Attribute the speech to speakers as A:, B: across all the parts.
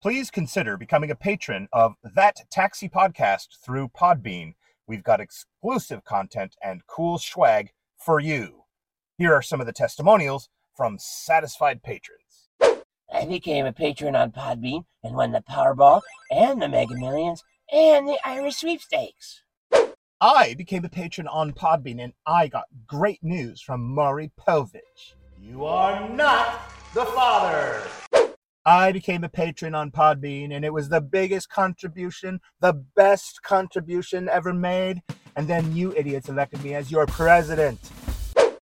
A: Please consider becoming a patron of That Taxi Podcast through Podbean. We've got exclusive content and cool swag for you. Here are some of the testimonials from satisfied patrons.
B: I became a patron on Podbean and won the Powerball and the Mega Millions and the Irish Sweepstakes.
A: I became a patron on Podbean and I got great news from Mari Povich. You are not the father. I became a patron on Podbean and it was the biggest contribution, the best contribution ever made. And then you idiots elected me as your president.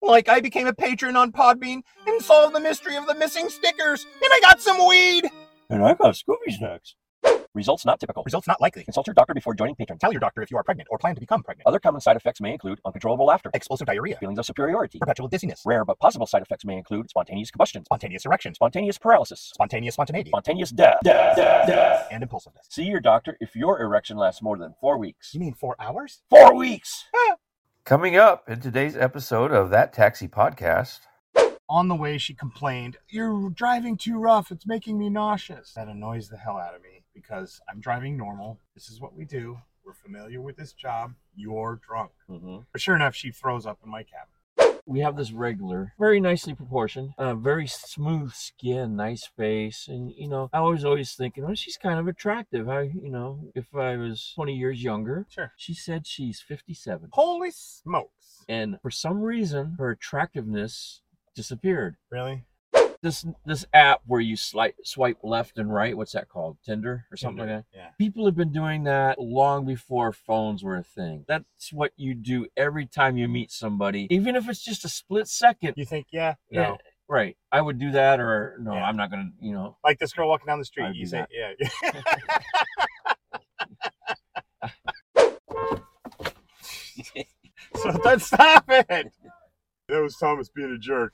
A: Like I became a patron on Podbean and solved the mystery of the missing stickers and I got some weed.
C: And I got Scooby Snacks. Results not typical.
A: Results not likely.
C: Consult your doctor before joining Patreon.
A: Tell your doctor if you are pregnant or plan to become pregnant.
C: Other common side effects may include uncontrollable laughter,
A: Explosive diarrhea,
C: feelings of superiority.
A: perpetual dizziness,
C: Rare but possible side effects may include spontaneous combustion,
A: spontaneous erections,
C: spontaneous paralysis,
A: spontaneous spontaneity,
C: spontaneous death. Death, death, death.
A: and impulsiveness.
C: See your doctor if your erection lasts more than four weeks.
A: You mean four hours?
C: Four weeks!
D: Coming up in today's episode of That Taxi Podcast.
A: On the way, she complained, You're driving too rough. It's making me nauseous. That annoys the hell out of me because I'm driving normal. This is what we do. We're familiar with this job. You're drunk.
C: Mm-hmm.
A: But sure enough, she throws up in my cab.
E: we have this regular, very nicely proportioned, uh, very smooth skin, nice face, and you know, I was always thinking, well, she's kind of attractive. I, you know, if I was 20 years younger,
A: Sure.
E: she said she's 57,
A: Holy smokes.
E: and for some reason, her attractiveness disappeared.
A: Really?
E: This this app where you swipe swipe left and right, what's that called? Tinder or something like that.
A: Yeah.
E: People have been doing that long before phones were a thing. That's what you do every time you meet somebody, even if it's just a split second.
A: You think, yeah? No.
E: Yeah, right. I would do that, or no,
A: Yeah.
E: I'm not gonna. You know,
A: Like this girl walking down the street.
E: I'd
A: you
E: do
A: say,
E: that.
A: yeah. so then stop it. That was Thomas being a jerk.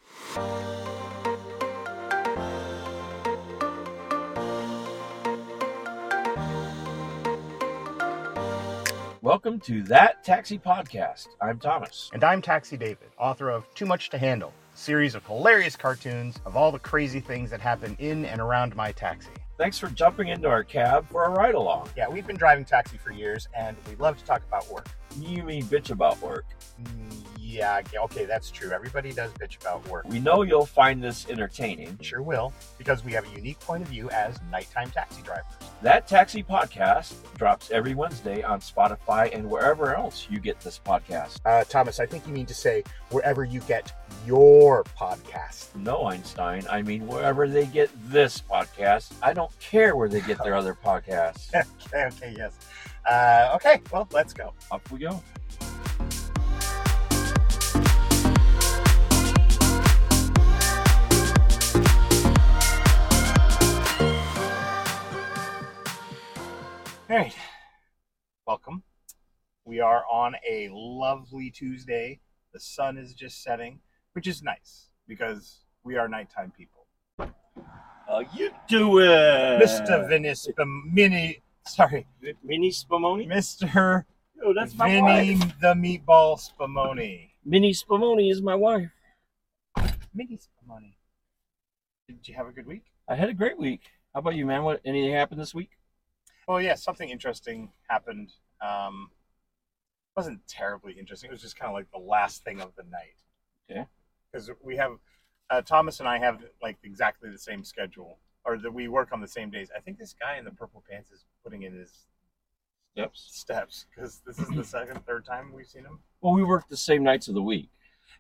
E: welcome to that taxi podcast. I'm Thomas.
A: And I'm Taxi David, author of Too Much to Handle, a series of hilarious cartoons of all the crazy things that happen in and around my taxi.
E: Thanks for jumping into our cab for a ride along.
A: Yeah, we've been driving taxi for years and we love to talk about work.
E: You mean bitch about work?
A: Mm, Yeah, okay, that's true. Everybody does bitch about work.
E: We know you'll find this entertaining.
A: Sure will, because we have a unique point of view as nighttime taxi drivers.
E: That taxi podcast drops every Wednesday on Spotify and wherever else you get this podcast.
A: Uh, Thomas, I think you mean to say wherever you get your podcast.
E: No, Einstein. I mean, wherever they get this podcast. I don't care where they get their other podcasts.
A: Okay, okay, yes. Uh, okay, well, let's go.
E: Up we go.
A: All right. Welcome. We are on a lovely Tuesday. The sun is just setting, which is nice because we are nighttime people.
C: Uh, you do
E: Uh,
C: it!
A: Mr. Vinny Spam- Mini, sorry,
C: Mini Spumoni?
A: Mr.
C: Oh,
A: Vinny the Meatball Spumoni.
E: Minnie Spumoni is my wife.
A: Mini Spumoni. Did you have a good week?
E: I had a great week. How about you, man? What anything happened this week?
A: Well, yeah, something interesting happened. Um, wasn't terribly interesting. It was just kind of like the last thing of the night.
E: Okay.
A: Because we have uh, Thomas and I have like exactly the same schedule, or that we work on the same days. I think this guy in the purple pants is putting in his
E: Steps.
A: steps because this is the second, third time we've seen him.
E: Well, we work the same nights of the week.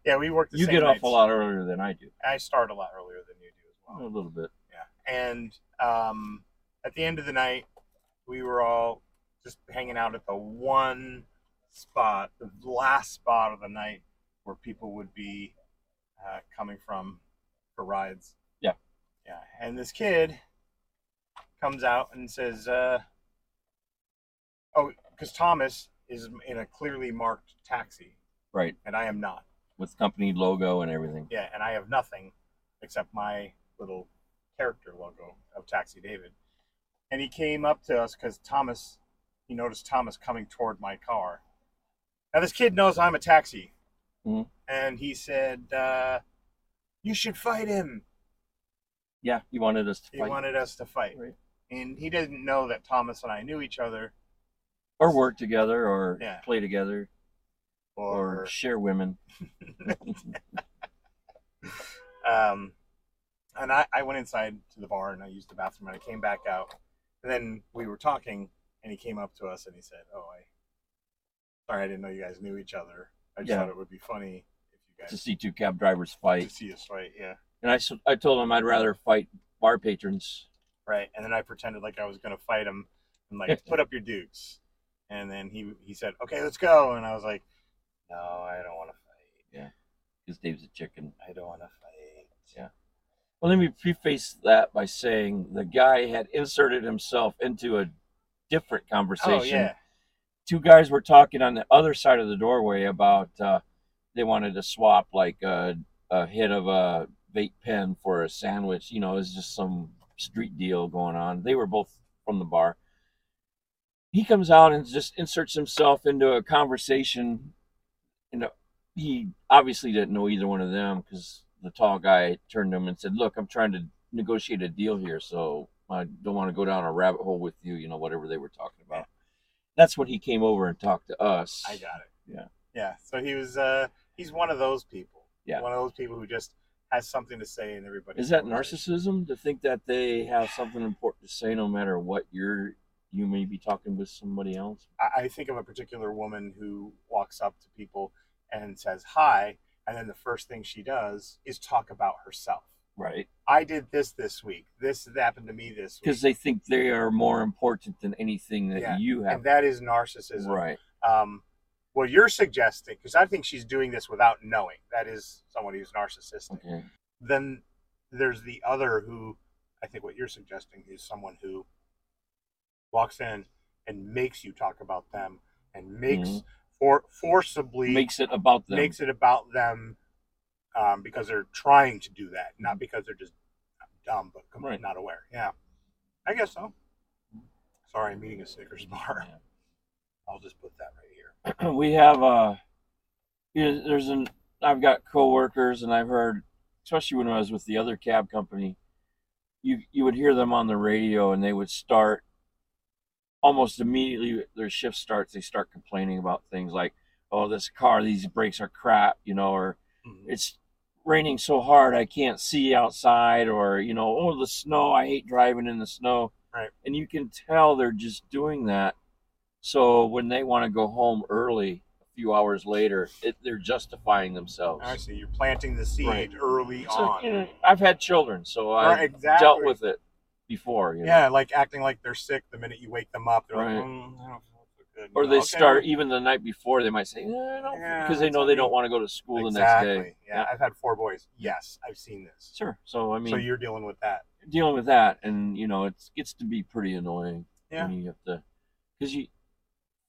A: Yeah, we work. The
E: you
A: same
E: get
A: nights.
E: off a lot earlier than I do.
A: I start a lot earlier than you do as well.
E: A little bit.
A: Yeah. And um, at the end of the night, we were all just hanging out at the one spot, the last spot of the night where people would be uh, coming from for rides.
E: Yeah.
A: Yeah. And this kid comes out and says, uh, Oh, because Thomas is in a clearly marked taxi,
E: Right.
A: and I am not.
E: With company logo and everything.
A: Yeah, and I have nothing except my little character logo of Taxi David. And he came up to us because Thomas, he noticed Thomas coming toward my car. Now, this kid knows I'm a taxi.
E: Mhm.
A: And he said, uh, You should fight him.
E: Yeah. You wanted us to
A: He
E: fight.
A: wanted us to fight.
E: Right.
A: and he didn't know that Thomas and I knew each other
E: or work together or
A: Yeah.
E: play together or
A: or
E: share women.
A: um and I, I went inside to the bar and I used the bathroom and I came back out and then we were talking and he came up to us and he said, "Oh, I sorry I didn't know you guys knew each other. I just
E: Yeah.
A: thought it would be funny if you guys
E: to see two cab drivers
A: to
E: fight.
A: see us fight." Yeah.
E: And I, s- I told him I'd rather fight bar patrons.
A: Right. And then I pretended like I was going to fight him and like put up your dukes. And then he he said, "Okay, let's go." And I was like, "No, I don't want to fight.
E: because Dave's a chicken.
A: I don't want to fight."
E: Yeah. Well, let me preface that by saying the guy had inserted himself into a different conversation.
A: Oh yeah.
E: Two guys were talking on the other side of the doorway about uh, they wanted to swap like a, a hit of a vape pen for a sandwich. You know, it's just some street deal going on. They were both from the bar. He comes out and just inserts himself into a conversation. And uh, he obviously didn't know either one of them because the tall guy turned to him and said, "Look, I'm trying to negotiate a deal here, so I don't want to go down a rabbit hole with you." You know, whatever they were talking about. That's when he came over and talked to us.
A: I got it.
E: Yeah.
A: Yeah. So he was uh he's one of those people.
E: Yeah.
A: One of those people who just has something to say and everybody
E: Is that narcissism to think that they have something important to say no matter what you're you may be talking with somebody else?
A: I, I think of a particular woman who walks up to people and says hi, and then the first thing she does is talk about herself.
E: Right.
A: I did this this week. This happened to me this week.
E: Because they think they are more important than anything that
A: Yeah,
E: you have.
A: and that is narcissism.
E: Right.
A: Um, what you're suggesting, because I think she's doing this without knowing, that is someone who's narcissistic.
E: Okay.
A: Then there's the other who, I think what you're suggesting is someone who walks in and makes you talk about them and makes
E: Mhm.
A: for forcibly
E: Makes it about them.
A: makes it about them um, because they're trying to do that, not because they're just dumb but com-
E: Mm-hmm. Right.
A: not aware. Yeah, I guess so. Sorry, I'm eating a Snickers bar.
E: Yeah.
A: I'll just put that right here.
E: we have uh you know, there's an I've got coworkers and I've heard especially when I was with the other cab company you you would hear them on the radio and they would start almost immediately their shift starts they start complaining about things like oh this car these brakes are crap you know or it's raining so hard I can't see outside or you know oh the snow I hate driving in the snow
A: Right.
E: and you can tell they're just doing that so when they want to go home early a few hours later it, they're justifying themselves
A: I see. You're planting the seed
E: Right.
A: early
E: so,
A: on.
E: you know, I've had children so I
A: Right, exactly.
E: dealt with it before you know?
A: yeah, like acting like they're sick the minute you wake them up. They're
E: Right.
A: like, mm, I don't feel so good.
E: or
A: You
E: they
A: know, okay,
E: start even the night before they might say
A: Yeah,
E: because they
A: that's
E: know
A: what
E: they
A: I
E: don't
A: mean.
E: want to go to school
A: exactly.
E: the next day
A: Yeah, I've had four boys. Yes, I've seen this.
E: sure so I mean
A: so you're dealing with that.
E: dealing with that and you know it gets to be pretty annoying
A: Yeah.
E: when you have to because you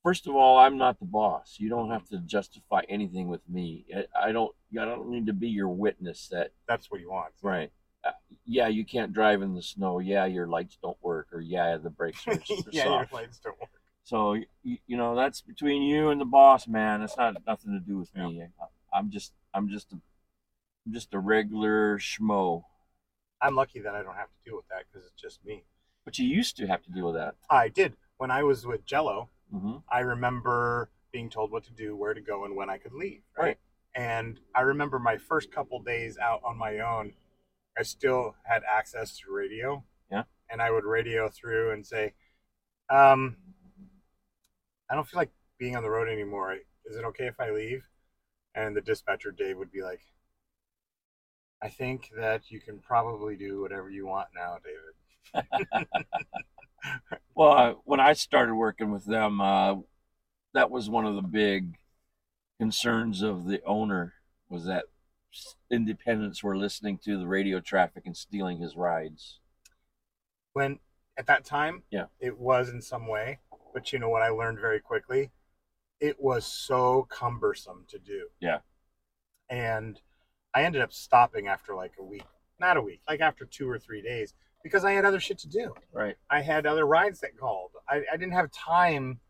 E: first of all i'm not the boss you don't have to justify anything with me i, I don't i don't need to be your witness that
A: That's what you want.
E: right uh, yeah you can't drive in the snow yeah your lights don't work or yeah the brakes are, are
A: yeah, your
E: soft
A: lights don't work.
E: so you, you know that's between you and the boss man it's not nothing to do with me I, i'm just i'm just a I'm just a regular schmo
A: I'm lucky that I don't have to deal with that because it's just me.
E: but you used to have to deal with that
A: I did. When I was with Jello,
E: hmm
A: I remember being told what to do, where to go, and when I could leave.
E: Right.
A: And I remember my first couple days out on my own, I still had access to radio.
E: Yeah.
A: And I would radio through and say, um, I don't feel like being on the road anymore. Is it okay if I leave? And the dispatcher, Dave, would be like, I think that you can probably do whatever you want now, David.
E: Well, I, when I started working with them, uh, that was one of the big concerns of the owner was that independents were listening to the radio traffic and stealing his rides.
A: when at that time
E: Yeah.
A: it was in some way but you know what i learned very quickly it was so cumbersome to do
E: Yeah.
A: and i ended up stopping after like a week not a week like after two or three days because i had other shit to do
E: Right.
A: i had other rides that called i, I didn't have time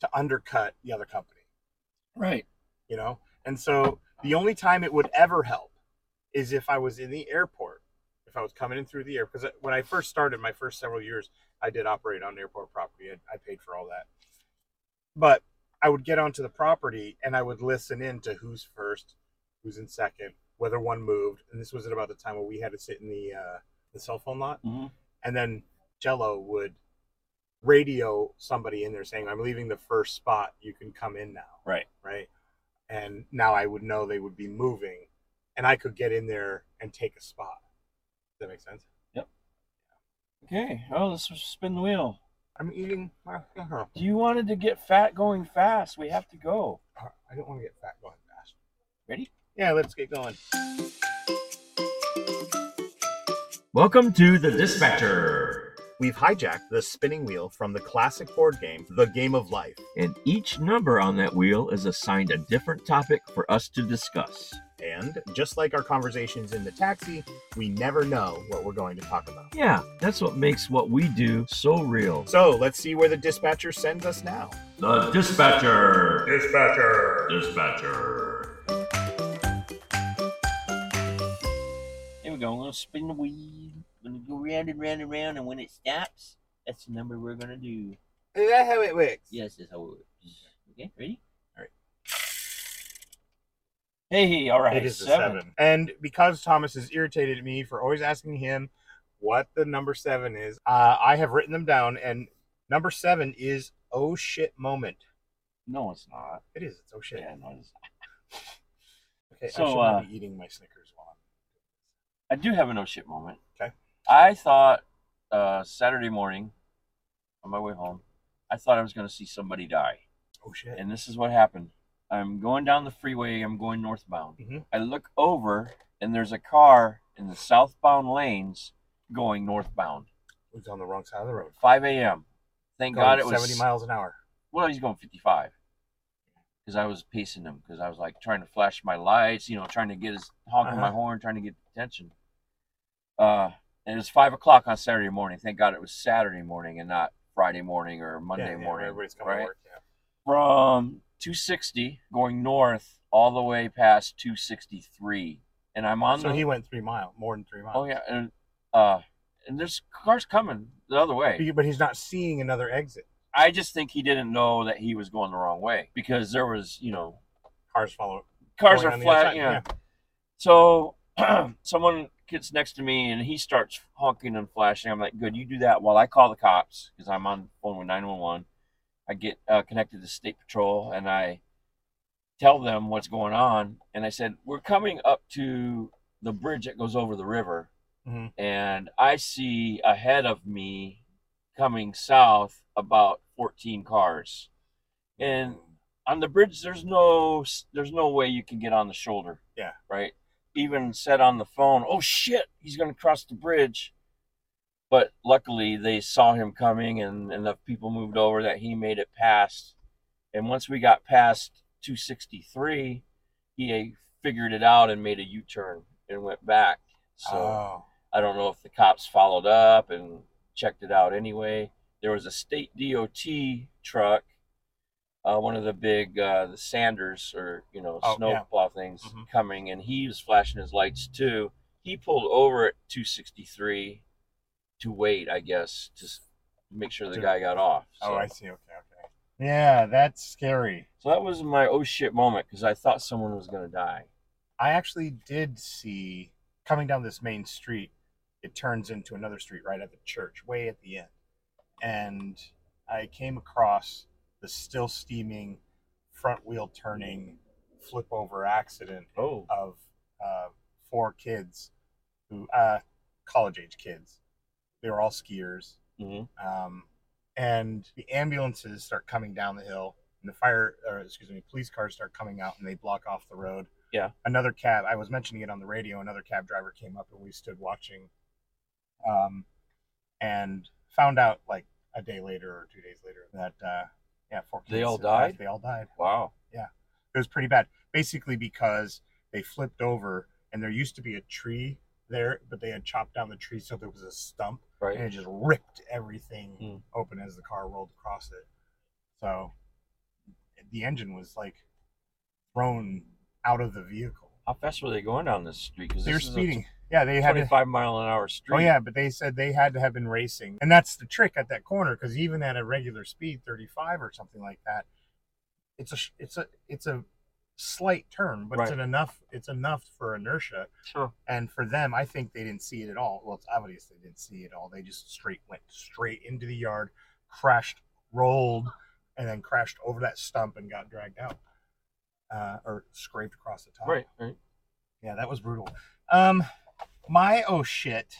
A: to undercut the other company
E: Right.
A: you know and so the only time it would ever help is if i was in the airport if I was coming in through the air, because when I first started my first several years, I did operate on airport property. I, I paid for all that, but I would get onto the property and I would listen in to who's first, who's in second, whether one moved. And this was at about the time when we had to sit in the uh, the cell phone lot,
C: Mhm.
A: and then Jello would radio somebody in there saying, "I'm leaving the first spot. You can come in now."
C: Right.
A: Right. And now I would know they would be moving, and I could get in there and take a spot. Does that make sense?
E: Okay. Oh, let's spin the wheel.
A: I'm eating. uh, I don't
E: You wanted to get fat going fast. We have to go.
A: want to get fat going fast.
E: Ready?
A: Yeah, let's get going.
E: Welcome to the Dispatcher.
F: We've hijacked the spinning wheel from the classic board game, The Game of Life.
E: And each number on that wheel is assigned a different topic for us to discuss.
F: And just like our conversations in the taxi, we never know what we're going to talk about.
E: Yeah, that's what makes what we do so real.
F: So let's see where the dispatcher sends us now.
E: The Dispatcher.
A: Dispatcher.
E: Dispatcher.
B: There we go. I'm gonna spin the wheel. I'm gonna go round and round and round, and when it stops, that's the number we're gonna do.
A: Is that how it works?
B: Yes, that's how it works. Okay, ready?
E: Hey, all right.
A: It is a
E: seven.
A: seven. And because Thomas is irritated at me for always asking him what the number seven is, uh, I have written them down. And number seven is oh shit moment.
E: No, it's not.
A: It is. It's oh shit.
E: Yeah, no, it's
A: Okay,
E: So,
A: I should not
E: uh,
A: be eating my Snickers while I'm-
E: I do have a no shit moment.
A: Okay.
E: I thought uh, Saturday morning on my way home, I thought I was going to see somebody die.
A: Oh shit.
E: And this is what happened. I'm going down the freeway, I'm going northbound.
A: Mhm.
E: I look over, and there's a car in the southbound lanes going northbound.
A: It was on the wrong side of the road.
E: 5 a.m. Thank
A: Going
E: God it was
A: 70 miles an hour.
E: well, he's going 55. Because I was pacing him, because I was like trying to flash my lights, you know, trying to get his honking my
A: Uh-huh.
E: horn, trying to get attention. Uh, and it was five o'clock on Saturday morning. Thank God it was Saturday morning and not Friday morning or Monday
A: Yeah, yeah,
E: morning.
A: everybody's coming to
E: right?
A: work. Yeah.
E: From 260 going north all the way past 263, and I'm on
A: So
E: the
A: he went three mile, more than three miles.
E: oh yeah, and uh, and there's cars coming the other way.
A: But- But he's not seeing another exit.
E: I just think he didn't know that he was going the wrong way because there was, you know,
A: Cars follow.
E: cars
A: going
E: are
A: on the
E: flat.
A: outside,
E: Yeah. So someone gets next to me and he starts honking and flashing. I'm like, good, you do that while I call the cops because I'm on the phone with 911. I get uh, connected to state patrol and I tell them what's going on. And I said, we're coming up to the bridge that goes over the river.
A: Mhm.
E: And I see ahead of me coming south about 14 cars. And on the bridge there's no there's no way you can get on the shoulder
A: Yeah.
E: right even said on the phone oh shit he's gonna cross the bridge but luckily they saw him coming and enough people moved over that he made it past and once we got past 263 he uh, figured it out and made a u-turn and went back so
A: Oh.
E: I don't know if the cops followed up and checked it out anyway. There was a state DOT truck, uh, one of the big uh, the Sanders or you know
A: Oh,
E: snow
A: yeah.
E: plow things
A: Mhm.
E: coming, and he was flashing his lights too. He pulled over at 263 to wait, I guess, to s- make sure the
A: To-
E: guy got off. So,
A: Oh, I see. Okay, okay. Yeah, that's scary.
E: so that was my oh shit moment because I thought someone was gonna die.
A: I actually did see coming down this main street, it turns into another street right at the church, way at the end. And I came across the still steaming front wheel turning flip over accident
E: Oh,
A: of uh, four kids who, uh, college age kids. They were all skiers.
E: hmm
A: Um, and the ambulances start coming down the hill, and the fire, or excuse me, police cars start coming out, and they block off the road.
E: Yeah.
A: Another cab. I was mentioning it on the radio. Another cab driver came up, and we stood watching. Um, and found out like a day later or two days later that uh, yeah, four
E: They
A: kids
E: all
A: survived.
E: died?
A: They all died.
E: wow.
A: It was pretty bad, basically because they flipped over, and there used to be a tree there, but they had chopped down the tree, so there was a stump and
E: Right.
A: it just ripped everything
E: Hmm.
A: open as the car rolled across it. So the engine was like thrown out of the vehicle.
E: How fast were they going down this street? Because
A: They were speeding. Yeah, they had. To,
E: Twenty-five mile an hour street.
A: oh yeah, but they said they had to have been racing, and that's the trick at that corner because even at a regular speed, thirty-five or something like that, it's a sh- it's a it's a slight turn, but it's an
E: Right.
A: enough it's enough for inertia.
E: Sure.
A: And for them, I think they didn't see it at all. Well, it's obvious they didn't see it at all. They just straight went straight into the yard, crashed, rolled, and then crashed over that stump and got dragged out uh, or scraped across the top.
E: Right. Right.
A: Yeah, that was brutal. Um, my oh shit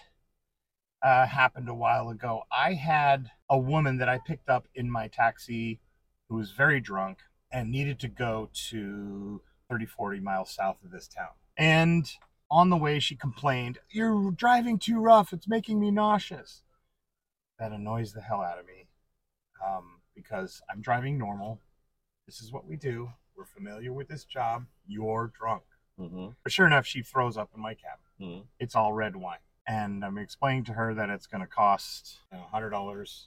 A: uh, happened a while ago. I had a woman that I picked up in my taxi who was very drunk and needed to go to 30, 40 miles south of this town. And on the way, she complained, You're driving too rough. It's making me nauseous. That annoys the hell out of me um, because I'm driving normal. This is what we do. We're familiar with this job. You're drunk.
E: Mm-hmm.
A: But sure enough, she throws up in my cab.
E: Mhm.
A: It's all red wine. And I'm explaining to her that it's going to cost you know, $100.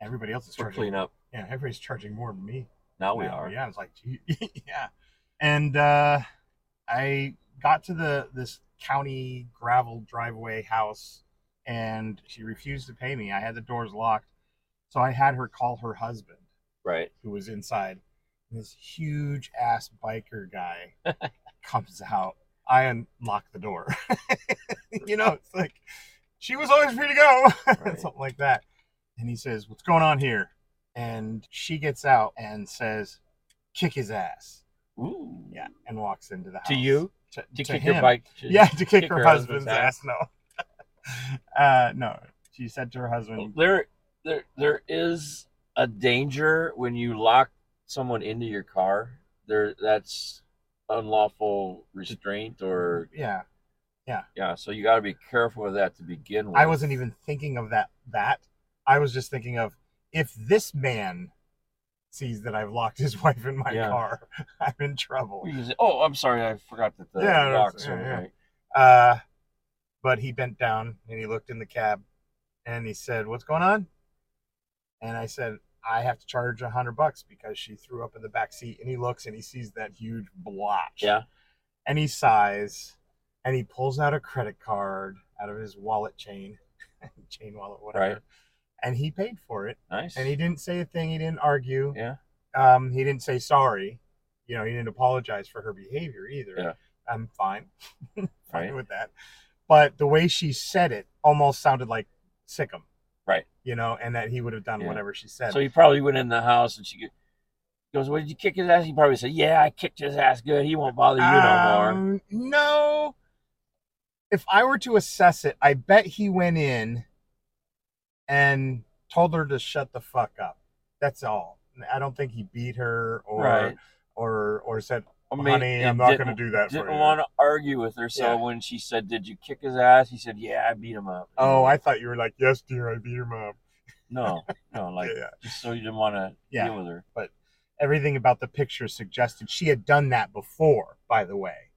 A: Everybody else is
E: For
A: charging.
E: cleanup.
A: Yeah, everybody's charging more than me.
E: Now we
A: Now,
E: are.
A: Yeah, it's like, gee, yeah. And uh, I got to the this county gravel driveway house, and she refused to pay me. I had the doors locked, so I had her call her husband,
E: Right.
A: who was inside. And this huge ass biker guy comes out. I unlock the door. you know, it's like she was always free to go,
E: Right.
A: something like that. And he says, "What's going on here?" And she gets out and says, "Kick his ass."
E: Ooh.
A: Yeah, and walks into the house.
E: To you
A: To,
E: to,
A: to
E: kick
A: him.
E: your bike. to-
A: Yeah, to kick,
E: kick
A: her,
E: her
A: husband's,
E: husband's
A: ass. No. uh, no, she said to her husband,
E: There, there, there is a danger when you lock someone into your car. There, that's unlawful restraint, or
A: "Yeah,
E: yeah. So you got to be careful with that to begin with.
A: I wasn't even thinking of that. That I was just thinking of if this man sees that I've locked his wife in my
E: Yeah.
A: car, I'm in trouble.
E: You can say, oh, I'm sorry, I forgot that the
A: Yeah, no,
E: locks
A: it's-
E: are
A: yeah, yeah.
E: right.
A: Uh, but he bent down and he looked in the cab and he said, "What's going on?" And I said, "I have to charge a hundred bucks because she threw up in the back seat." And he looks and he sees that huge blotch.
E: Yeah.
A: And he sighs and he pulls out a credit card out of his wallet chain, chain wallet, whatever.
E: Right.
A: And he paid for it.
E: Nice.
A: and he didn't say a thing. He didn't argue.
E: Yeah.
A: Um, he didn't say sorry. You know, he didn't apologize for her behavior either.
E: Yeah.
A: I'm fine, fine
E: Right.
A: with that. But the way she said it almost sounded like sickum.
E: Right.
A: You know, and that he would have done
E: Yeah.
A: whatever she said.
E: So he probably went in the house and she go- goes, Well, did you kick his ass? He probably said, Yeah, I kicked his ass good. He won't bother you no more.
A: Um, no. If I were to assess it, I bet he went in and told her to shut the fuck up. That's all. I don't think he beat her or
E: Right.
A: or or said
E: I mean,
A: honey,
E: he
A: I'm not
E: didn't-
A: going to do that for
E: Didn't
A: you.
E: want to argue with her,
A: Yeah.
E: so when she said, "Did you kick his ass?" He said, "Yeah, I beat him up."
A: Oh, I thought you were like, yes, dear, I beat your mom.
E: no, no, like
A: yeah,
E: just so you didn't want to
A: yeah.
E: deal with her.
A: Everything about the picture suggested she had done that before. By the way,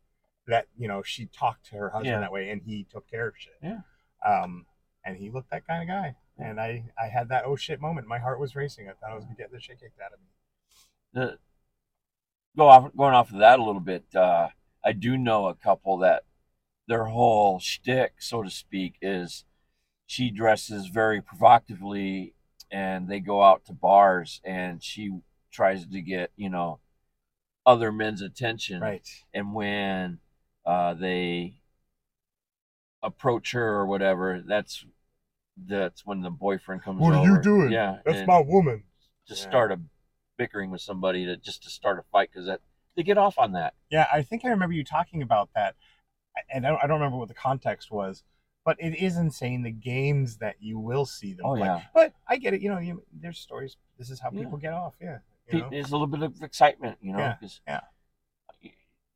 A: that you know she talked to her husband
E: Yeah.
A: that way, and he took care of shit.
E: Yeah.
A: Um, and he looked that kind of guy. And I, I had that oh shit moment. My heart was racing. I thought I was gonna get the shit kicked out of me.
E: The- go off, going off of that a little bit. Uh, I do know a couple that their whole shtick, so to speak, is she dresses very provocatively, and they go out to bars, and she tries to get you know other men's attention.
A: Right.
E: and when uh, they approach her or whatever, that's that's when the boyfriend comes.
A: What are you
E: over.
A: doing?
E: Yeah,
A: That's
E: and
A: my woman.
E: to
A: Yeah.
E: start a bickering with somebody to just to start a fight because that they get off on that.
A: Yeah, I think I remember you talking about that, and I don't, I don't remember what the context was, but it is insane the games that you will see them
E: Oh,
A: play.
E: yeah.
A: But I get it. You know, you, there's stories. This is how
E: Yeah.
A: people get off. Yeah. You
E: Pe-
A: know?
E: There's a little bit of excitement, you know,
A: Yeah,
E: 'cause-
A: yeah.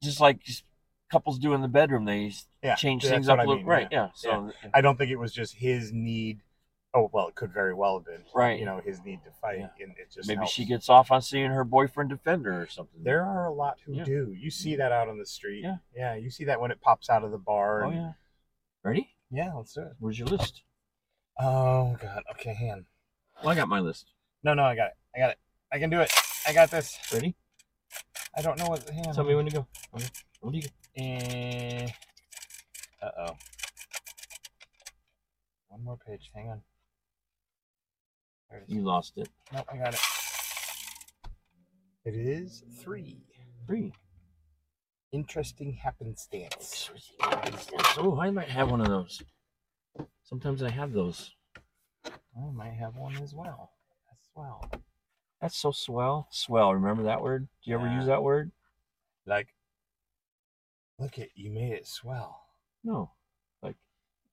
E: just like just couples do in the bedroom, they s-
A: Yeah,
E: change
A: that's
E: things
A: what
E: up
A: I
E: a little,
A: mean,
E: right?
A: yeah,
E: Yeah, so
A: I don't think it was just his need. Oh well, it could very well have been.
E: Right.
A: You know, his need to fight,
E: Yeah.
A: and it just
E: maybe
A: helps.
E: she gets off on seeing her boyfriend defend her or something.
A: There are a lot who
E: Yeah.
A: do. You see that out on the street.
E: Yeah.
A: Yeah. You see that when it pops out of the bar.
E: oh
A: and-
E: yeah. Ready?
A: Yeah. Let's do it.
E: Where's your list?
A: Oh god. Okay. Hand.
E: Well, I got my list.
A: No, no. I got it. I got it. I can do it. I got this.
E: Ready?
A: I don't know what. Hang on.
E: Tell me when to go. Okay. When do you
A: Eh, uh oh. One more page. Hang on. There it is.
E: You lost it.
A: Nope, I got it. It is three.
E: Three.
A: Interesting happenstance.
E: Oh, I might have one of those. Sometimes I have those.
A: I might have one as well. As well.
E: That's so swell. Swell. Remember that word? Do you ever
A: Yeah.
E: use that word?
A: Like, look at you made it swell.
E: No. Like,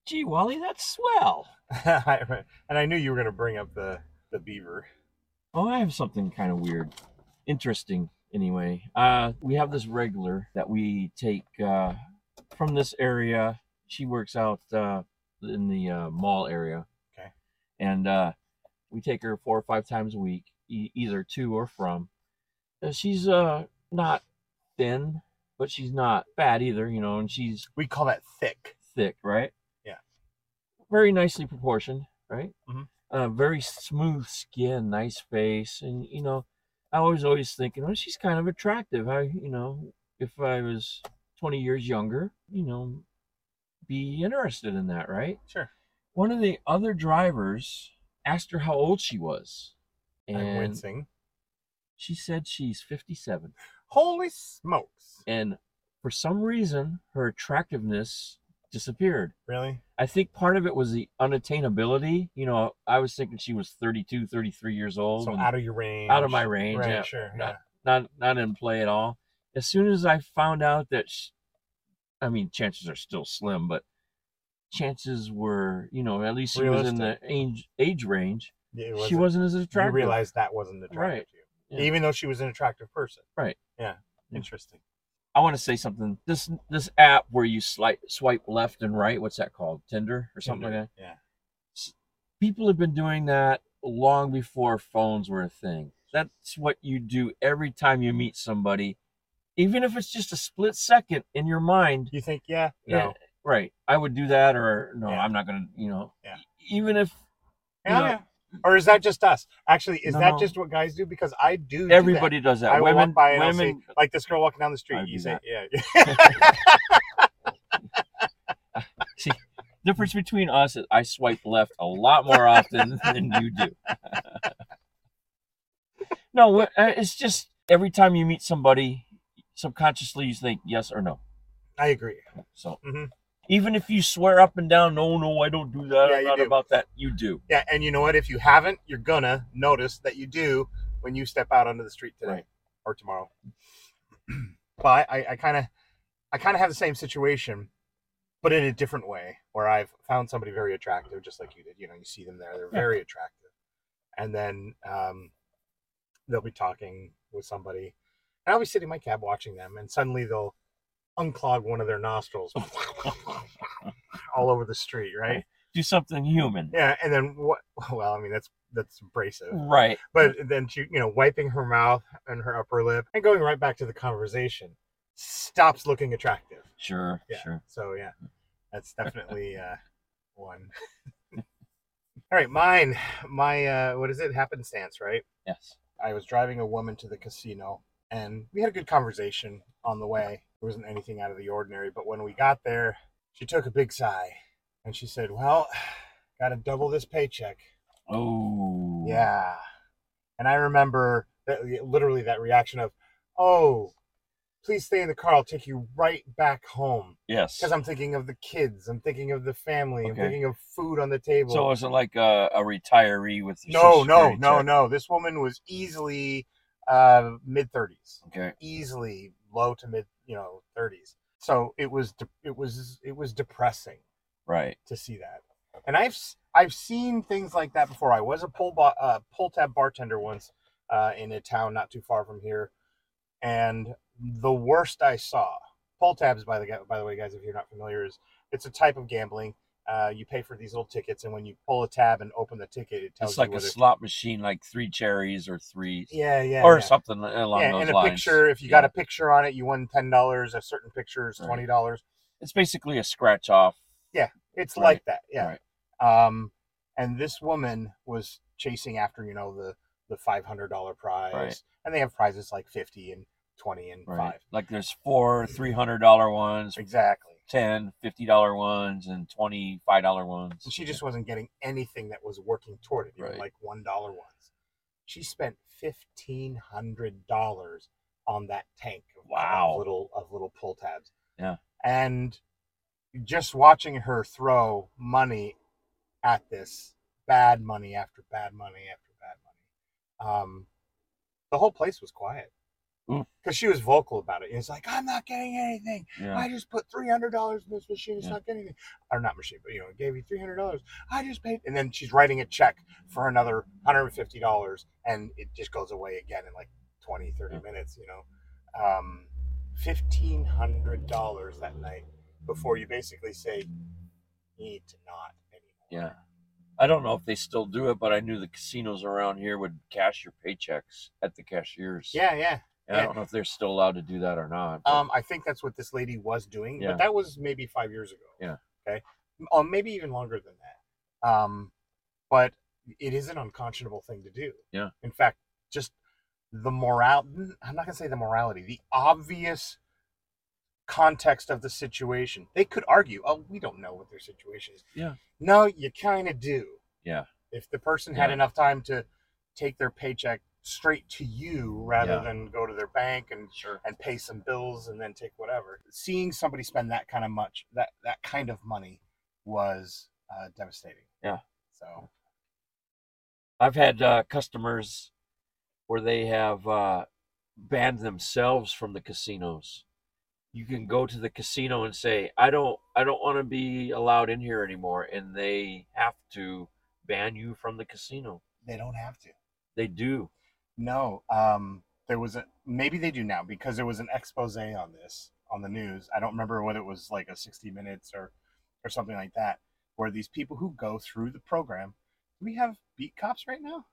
E: gee, Wally, that's swell.
A: I re- and I knew you were gonna bring up the the beaver.
E: Oh, I have something kind of weird. Interesting, anyway. Uh, we have this regular that we take uh, from this area. She works out uh, in the uh, mall area.
A: Okay.
E: And uh, we take her four or five times a week, e- either to or from. Uh, she's uh, not thin, but she's not fat either, you know, and she's
A: We call that thick.
E: thick, right?
A: Yeah.
E: Very nicely proportioned, right?
A: Mhm.
E: Uh, very smooth skin, nice face, and you know, I was always thinking, well, she's kind of attractive. I, you know, if I was 20 years younger, you know, be interested in that, right?
A: Sure.
E: One of the other drivers asked her how old she was,
A: I'm
E: and
A: wincing.
E: she said she's 57.
A: Holy smokes!
E: And for some reason, her attractiveness disappeared.
A: Really?
E: I think part of it was the unattainability. You know, I was thinking she was 32, 33 years old.
A: So
E: and
A: out of your range.
E: out of my range.
A: Right.
E: yeah.
A: Sure.
E: Not,
A: Yeah.
E: not not in play at all. As soon as I found out that, sh I mean, chances are still slim, but chances were, you know, at least she was in the age, age range.
A: Yeah, it
E: she
A: wasn't-
E: wasn't as
A: You
E: attractive.
A: realized that wasn't attractive
E: Right.
A: to you,
E: Yeah.
A: even though she was an attractive person.
E: Right.
A: Yeah.
E: Yeah.
A: Interesting.
E: I want to say something. This this app where you swipe swipe left and right. What's that called? Tinder or something like that.
A: Yeah.
E: people have been doing that long before phones were a thing. That's what you do every time you meet somebody, even if it's just a split second in your mind.
A: You think? Yeah.
E: Yeah.
A: No.
E: Right, I would do that, or no,
A: Yeah.
E: I'm not gonna. You know, e,
A: Yeah.
E: even if you
A: Yeah,
E: know,
A: yeah. Or is that just us? Actually, is
E: No,
A: that
E: no.
A: just what guys do? Because I do. do
E: everybody does
A: that.
E: that,
A: I will
E: women,
A: walk by and I'll
E: women,
A: see, like this girl walking down the
E: I
A: street.
E: do
A: You say, yeah.
E: that. difference between us is I swipe left a lot more often than you do. no, what- uh, it's just every time you meet somebody, subconsciously you think yes or no.
A: I agree.
E: So
A: Mhm.
E: even if you swear up and down, no, no, I don't do that.
A: Yeah,
E: I'm
A: you
E: not
A: do.
E: about that. You do.
A: Yeah, and you know what? If you haven't, you're gonna notice that you do when you step out onto the street today
E: Right.
A: or tomorrow. but I, I kind of, I kind of have the same situation, but in a different way, where I've found somebody very attractive, just like you did. You know, you see them there; they're
E: Yeah.
A: very attractive, and then um, they'll be talking with somebody, and I'll be sitting in my cab watching them, and suddenly they'll unclog one of their nostrils all over the street, right?
E: Do something human.
A: Yeah, and then what? Well, I mean that's that's abrasive,
E: Right.
A: but then she, you know, wiping her mouth and her upper lip and going right back to the conversation stops looking attractive.
E: Sure.
A: Yeah.
E: Sure.
A: So yeah, that's definitely uh, one. All right, mine, my uh, what is it? Happenstance, right?
E: Yes.
A: I was driving a woman to the casino and we had a good conversation on the way. There wasn't anything out of the ordinary, but when we got there, she took a big sigh and she said, Well, gotta double this paycheck.
E: Oh.
A: Yeah. And I remember that, literally that reaction of, Oh, please stay in the car. I'll take you right back home.
E: Yes.
A: Because I'm thinking of the kids, I'm thinking of the family, I'm
E: Okay.
A: thinking of food on the table.
E: So it wasn't like a, a retiree with
A: no,
E: Social
A: no,
E: Security
A: no,
E: check.
A: no. This woman was easily uh, mid 30s.
E: Okay.
A: easily low to mid you know 30s so it was de- it was it was depressing
E: Right.
A: to see that and i've s- i've seen things like that before i was a pull bo- uh, pull tab bartender once uh, in a town not too far from here and the worst i saw pull tabs by the gu- by the way guys if you're not familiar is it's a type of gambling uh, you pay for these little tickets and when you pull a tab and open the ticket it tells
E: It's like
A: you
E: a
A: whether
E: slot machine, like three cherries or three
A: yeah yeah
E: or
A: yeah.
E: something along
A: yeah,
E: those
A: and a
E: lines.
A: picture. If you got a picture on it, you won ten dollars. A certain picture is
E: Right.
A: twenty dollars.
E: it's basically a scratch off.
A: It's
E: Right.
A: like that, yeah. Um, and this woman was chasing after you know the the five hundred dollar prize,
E: Right.
A: and they have prizes like fifty and 20 and
E: Right.
A: five.
E: Like there's four three hundred dollar ones,
A: Exactly.
E: ten fifty dollar ones, and twenty five dollar ones.
A: And she just wasn't getting anything that was working toward it, even
E: Right.
A: like one dollar ones. She spent fifteen hundred dollars on that tank. Of,
E: Wow.
A: Of little of little pull tabs.
E: Yeah.
A: And just watching her throw money at this bad money after bad money after bad money, um, the whole place was quiet.
E: Mm.
A: Because she was vocal about it. It's like, I'm not getting anything.
E: yeah.
A: I just put three hundred dollars in this machine. It's
E: Yeah.
A: not getting anything, or not machine, but you know, it gave you three hundred dollars. I just paid, and then she's writing a check for another hundred and fifty dollars, and it just goes away again in like 20, 30
E: Yeah.
A: minutes. You know, um, fifteen hundred dollars that night before you basically say, "You need to not anymore."
E: Yeah. I don't know if they still do it, but I knew the casinos around here would cash your paychecks at the cashiers.
A: Yeah, yeah.
E: And I don't know if they're still allowed to do that or not. but-
A: Um, I think that's what this lady was doing,
E: Yeah.
A: but that was maybe five years ago.
E: Yeah.
A: Okay. Or maybe even longer than that. Um, but it is an unconscionable thing to do.
E: Yeah.
A: In fact, just the moral I'm not gonna say the morality, the obvious context of the situation. They could argue, oh, we don't know what their situation is.
E: Yeah.
A: No, you kinda do.
E: Yeah.
A: If the person had
E: Yeah.
A: enough time to take their paycheck straight to you rather
E: Yeah.
A: than go to their bank and
E: sure.
A: and pay some bills and then take whatever. Seeing somebody spend that kind of much, that that kind of money, was uh, devastating.
E: Yeah.
A: So
E: I've had uh, customers where they have uh, banned themselves from the casinos. You can go to the casino and say, "I don't, I don't want to be allowed in here anymore," and they have to ban you from the casino.
A: they don't have to.
E: They do.
A: No. Um. There was a maybe they do now because there was an expose on this on the news. I don't remember whether it was like a sixty minutes or or something like that, where these people who go through the program, we have beat cops right now.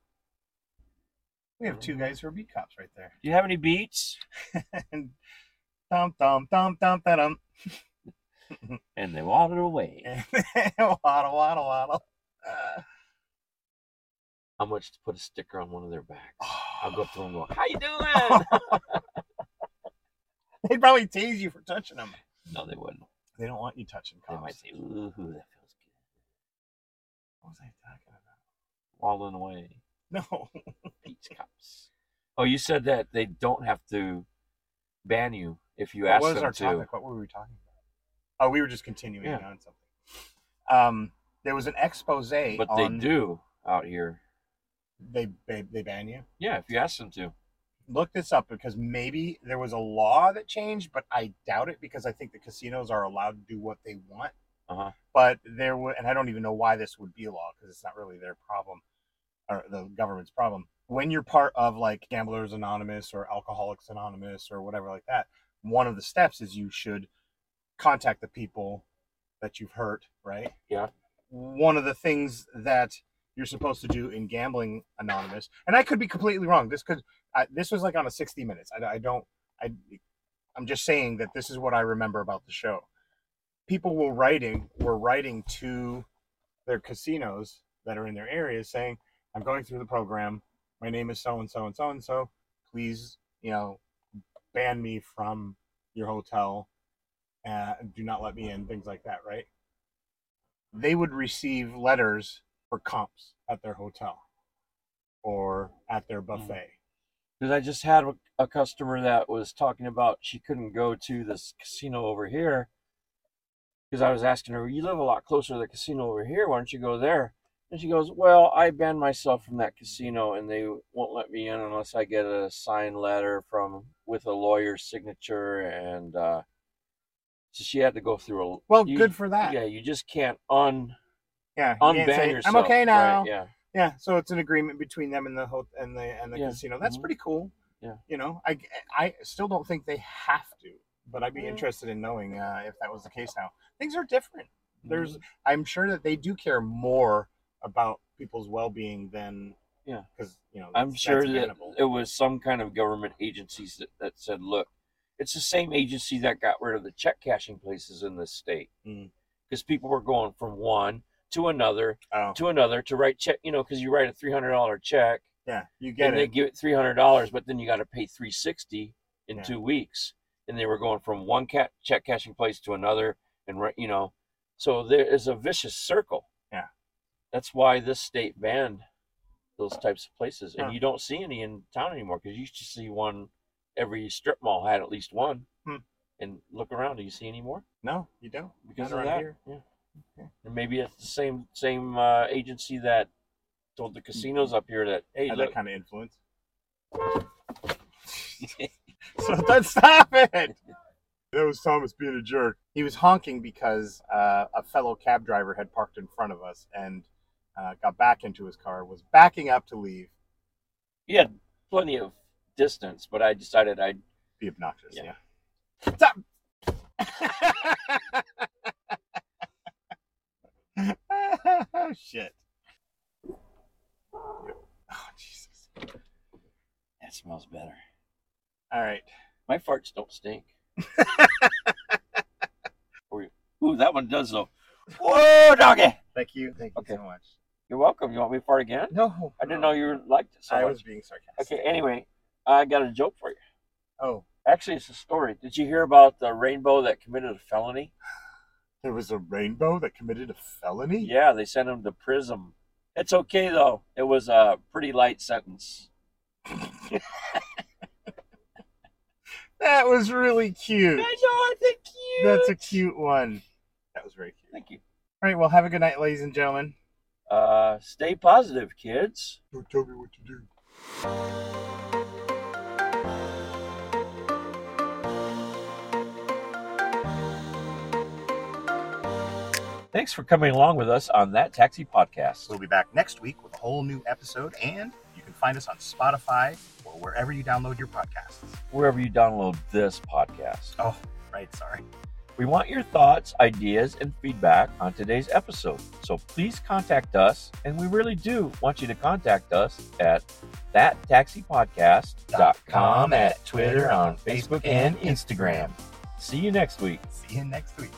A: We have two guys who are beat cops right there.
E: Do you have any beats?
A: and thump thump thump thump thump.
E: And they wanted away.
A: And waddle, waddle, waddle. Uh,
E: How much to put a sticker on one of their backs? I'll go up to them and go, "How you doing?"
A: Oh. They'd probably tease you for touching them.
E: no, they wouldn't.
A: They don't want you touching
E: They
A: cops.
E: might say, "Ooh, that feels good."
A: What was I talking
E: Wallowing away.
A: about? No.
E: Pete's cups. Oh, you said that they don't have to ban you if you
A: what
E: ask
A: was
E: them
A: our
E: to.
A: topic? What were we talking about? Oh, we were just continuing
E: Yeah.
A: on something. Um, there was an expose,
E: But
A: on,
E: they do out here.
A: They, they they ban you.
E: Yeah, if you ask them to.
A: Look this up because maybe there was a law that changed, but I doubt it because I think the casinos are allowed to do what they want.
E: Uh-huh.
A: but there were, and I don't even know why this would be a law because it's not really their problem or the government's problem. When you're part of like Gamblers Anonymous or Alcoholics Anonymous or whatever like that, one of the steps is you should contact the people that you've hurt, right?
E: Yeah.
A: One of the things that you're supposed to do in Gambling Anonymous, and I could be completely wrong. This could, I, this was like on a 60 Minutes. I, I don't, I, I'm just saying that this is what I remember about the show people will writing were writing to their casinos that are in their areas saying, "I'm going through the program. My name is so and so and so and so. Please, you know, ban me from your hotel. Uh, do not let me in. Things like that, right?" They would receive letters for comps at their hotel or at their buffet.
E: Because I just had a- a customer that was talking about she couldn't go to this casino over here. Because I was asking her, you live a lot closer to the casino over here. Why don't you go there? And she goes, well, I banned myself from that casino, and they won't let me in unless I get a signed letter from with a lawyer's signature. And uh, so she had to go through a
A: Well,
E: you-
A: good for that.
E: Yeah, you just can't un
A: Yeah, you
E: unban
A: can't say,
E: yourself.
A: I'm okay
E: right,
A: now.
E: yeah,
A: Yeah, so it's an agreement between them and the ho- and the and the
E: Yeah.
A: casino. That's
E: Mhm.
A: pretty cool.
E: Yeah.
A: You know, I I still don't think they have to, but I'd be
E: Yeah.
A: interested in knowing uh, if that was the case now. Things are different. There's
E: Mm-hmm.
A: I'm sure that they do care more about people's well-being than
E: Yeah.
A: Cuz, you know,
E: I'm
A: that's-
E: sure
A: that's
E: that
A: bannable.
E: it was some kind of government agencies that, that said, look, it's the same agency that got rid of the check cashing places in this state
A: Mm.
E: because people were going from one to another
A: Oh,
E: to another to write check. You know, because you write a three hundred dollar check
A: yeah, you get
E: and they
A: it.
E: give it three hundred dollars, but then you got to pay three sixty in
A: Yeah.
E: two weeks, and they were going from one cat check cashing place to another, and re- you know, so there is a vicious circle.
A: Yeah.
E: that's why this state banned those types of places,
A: Huh.
E: and you don't see any in town anymore because you used to see one every strip mall had at least one.
A: Hmm.
E: And look around, do you see any more?
A: No, you don't.
E: Because
A: Not
E: of
A: around
E: that,
A: here.
E: yeah.
A: Okay.
E: And maybe it's the same same uh, agency that told the casinos up here that hey,
A: Had
E: look,
A: Hmm. that kind of influence. so then stop it. That was Thomas being a jerk. He was honking because uh, a fellow cab driver had parked in front of us and uh, got back into his car, was backing up to leave.
E: you had plenty of distance, but I decided I'd
A: Be obnoxious. Yeah.
E: Yeah.
A: Stop. oh, shit. Oh, Jesus.
E: that smells better.
A: All right.
E: My farts don't stink. Or- Ooh, that one does though. Whoa, doggy!
A: Thank you. Thank you
E: Okay.
A: so much.
E: You're welcome. You want me to fart again?
A: No.
E: I didn't know you liked it so
A: I
E: much.
A: was being sarcastic.
E: Okay, anyway, I got a joke for you.
A: Oh,
E: Actually, it's a story. Did you hear about the rainbow that committed a felony?
A: there was a rainbow that committed a felony?
E: Yeah, they sent him to prison. It's okay though. It was a pretty light sentence.
A: That was really cute.
B: oh,
E: aren't they cute?
A: That's a cute one. That was very cute.
E: Thank you.
A: All right, well, have a good night, ladies and gentlemen.
E: Uh, stay positive, kids.
A: Don't tell me what to do.
E: Thanks for coming along with us on that taxi podcast.
G: We'll be back next week with a whole new episode, and you can find us on Spotify or wherever you download your podcasts.
E: wherever you download this podcast.
G: Oh, right, sorry.
E: We want your thoughts, ideas, and feedback on today's episode. So please contact us, and we really do want you to contact us at thattaxipodcast.com at Twitter, on Facebook, and Instagram. See you next week.
G: See you next week.